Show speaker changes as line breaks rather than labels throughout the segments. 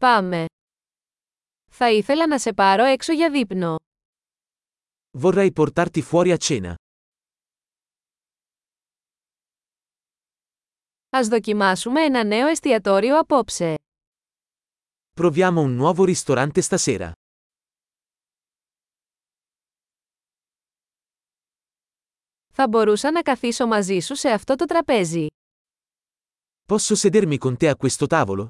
Πάμε. Θα ήθελα να σε πάρω έξω για δείπνο.
Vorrei portarti fuori a cena.
Ας δοκιμάσουμε ένα νέο εστιατόριο απόψε.
Proviamo un nuovo ristorante stasera.
Θα μπορούσα να καθίσω μαζί σου σε αυτό το τραπέζι.
Posso sedermi con te a questo tavolo?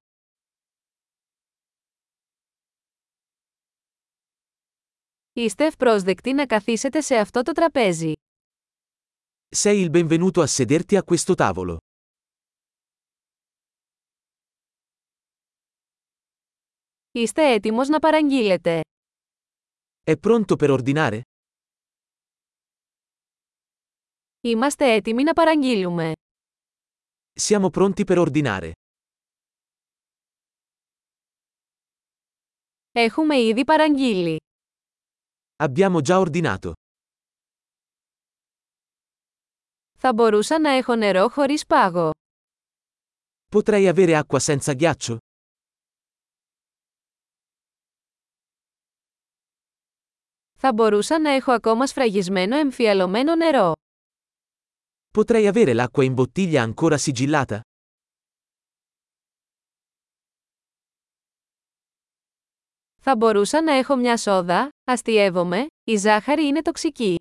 Είστε ευπρόσδεκτοι να καθίσετε σε αυτό το τραπέζι.
Sei il benvenuto a sederti a questo tavolo.
Είστε έτοιμος να παραγγείλετε.
È pronto per ordinare?
Είμαστε έτοιμοι να παραγγείλουμε.
Siamo pronti per ordinare.
Έχουμε ήδη παραγγείλει.
Abbiamo già ordinato.
Θα μπορούσα να έχω νερό χωρίς πάγο.
Potrei avere acqua senza ghiaccio?
Θα μπορούσα να έχω ακόμα σφραγισμένο εμφιαλωμένο νερό.
Potrei avere l'acqua in bottiglia ancora sigillata?
Θα μπορούσα να έχω μια σόδα, αστειεύομαι, η ζάχαρη είναι τοξική.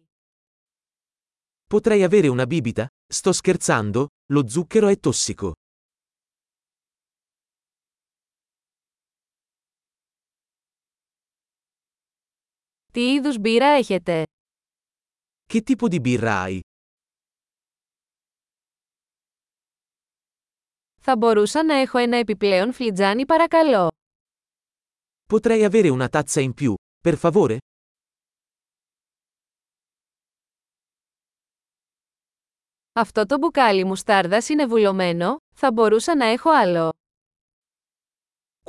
Potrei avere una bibita? Sto scherzando, lo zucchero è tossico.
Τι είδους μπύρα έχετε?
Che tipo di birra hai?
Θα μπορούσα να έχω ένα επιπλέον φλιτζάνι παρακαλώ.
Potrei avere una tazza in più, per favore?
Αυτό το μπουκάλι μουστάρδας είναι βουλωμένο, θα μπορούσα να έχω άλλο.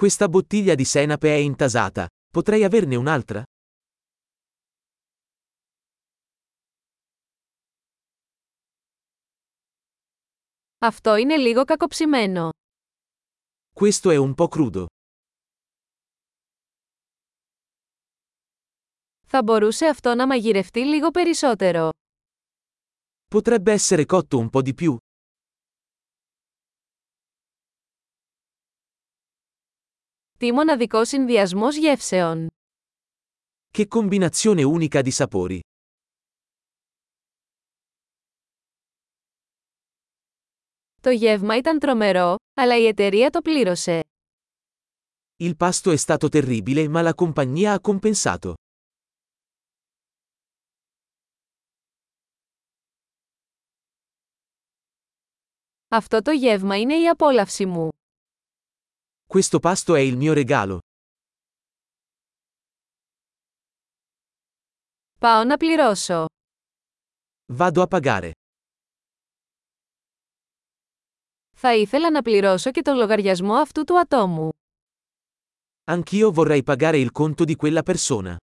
Questa bottiglia di senape è intasata. Potrei averne un'altra?
Αυτό είναι λίγο κακοψημένο.
Questo è un po' crudo.
Θα μπορούσε αυτό να μαγειρευτεί λίγο περισσότερο.
Potrebbe essere cotto un po' di più.
Τι μοναδικό συνδυασμός γεύσεων.
Che combinazione unica di sapori.
Το γεύμα ήταν τρομερό, αλλά η εταιρεία το πλήρωσε.
Il pasto è stato terribile ma la compagnia ha compensato.
Αυτό το γεύμα είναι η απόλαυση μου.
Questo pasto è il mio regalo.
Πάω να πληρώσω.
Vado a pagare.
Θα ήθελα να πληρώσω και τον λογαριασμό αυτού του ατόμου.
Anch'io vorrei pagare il conto di quella persona.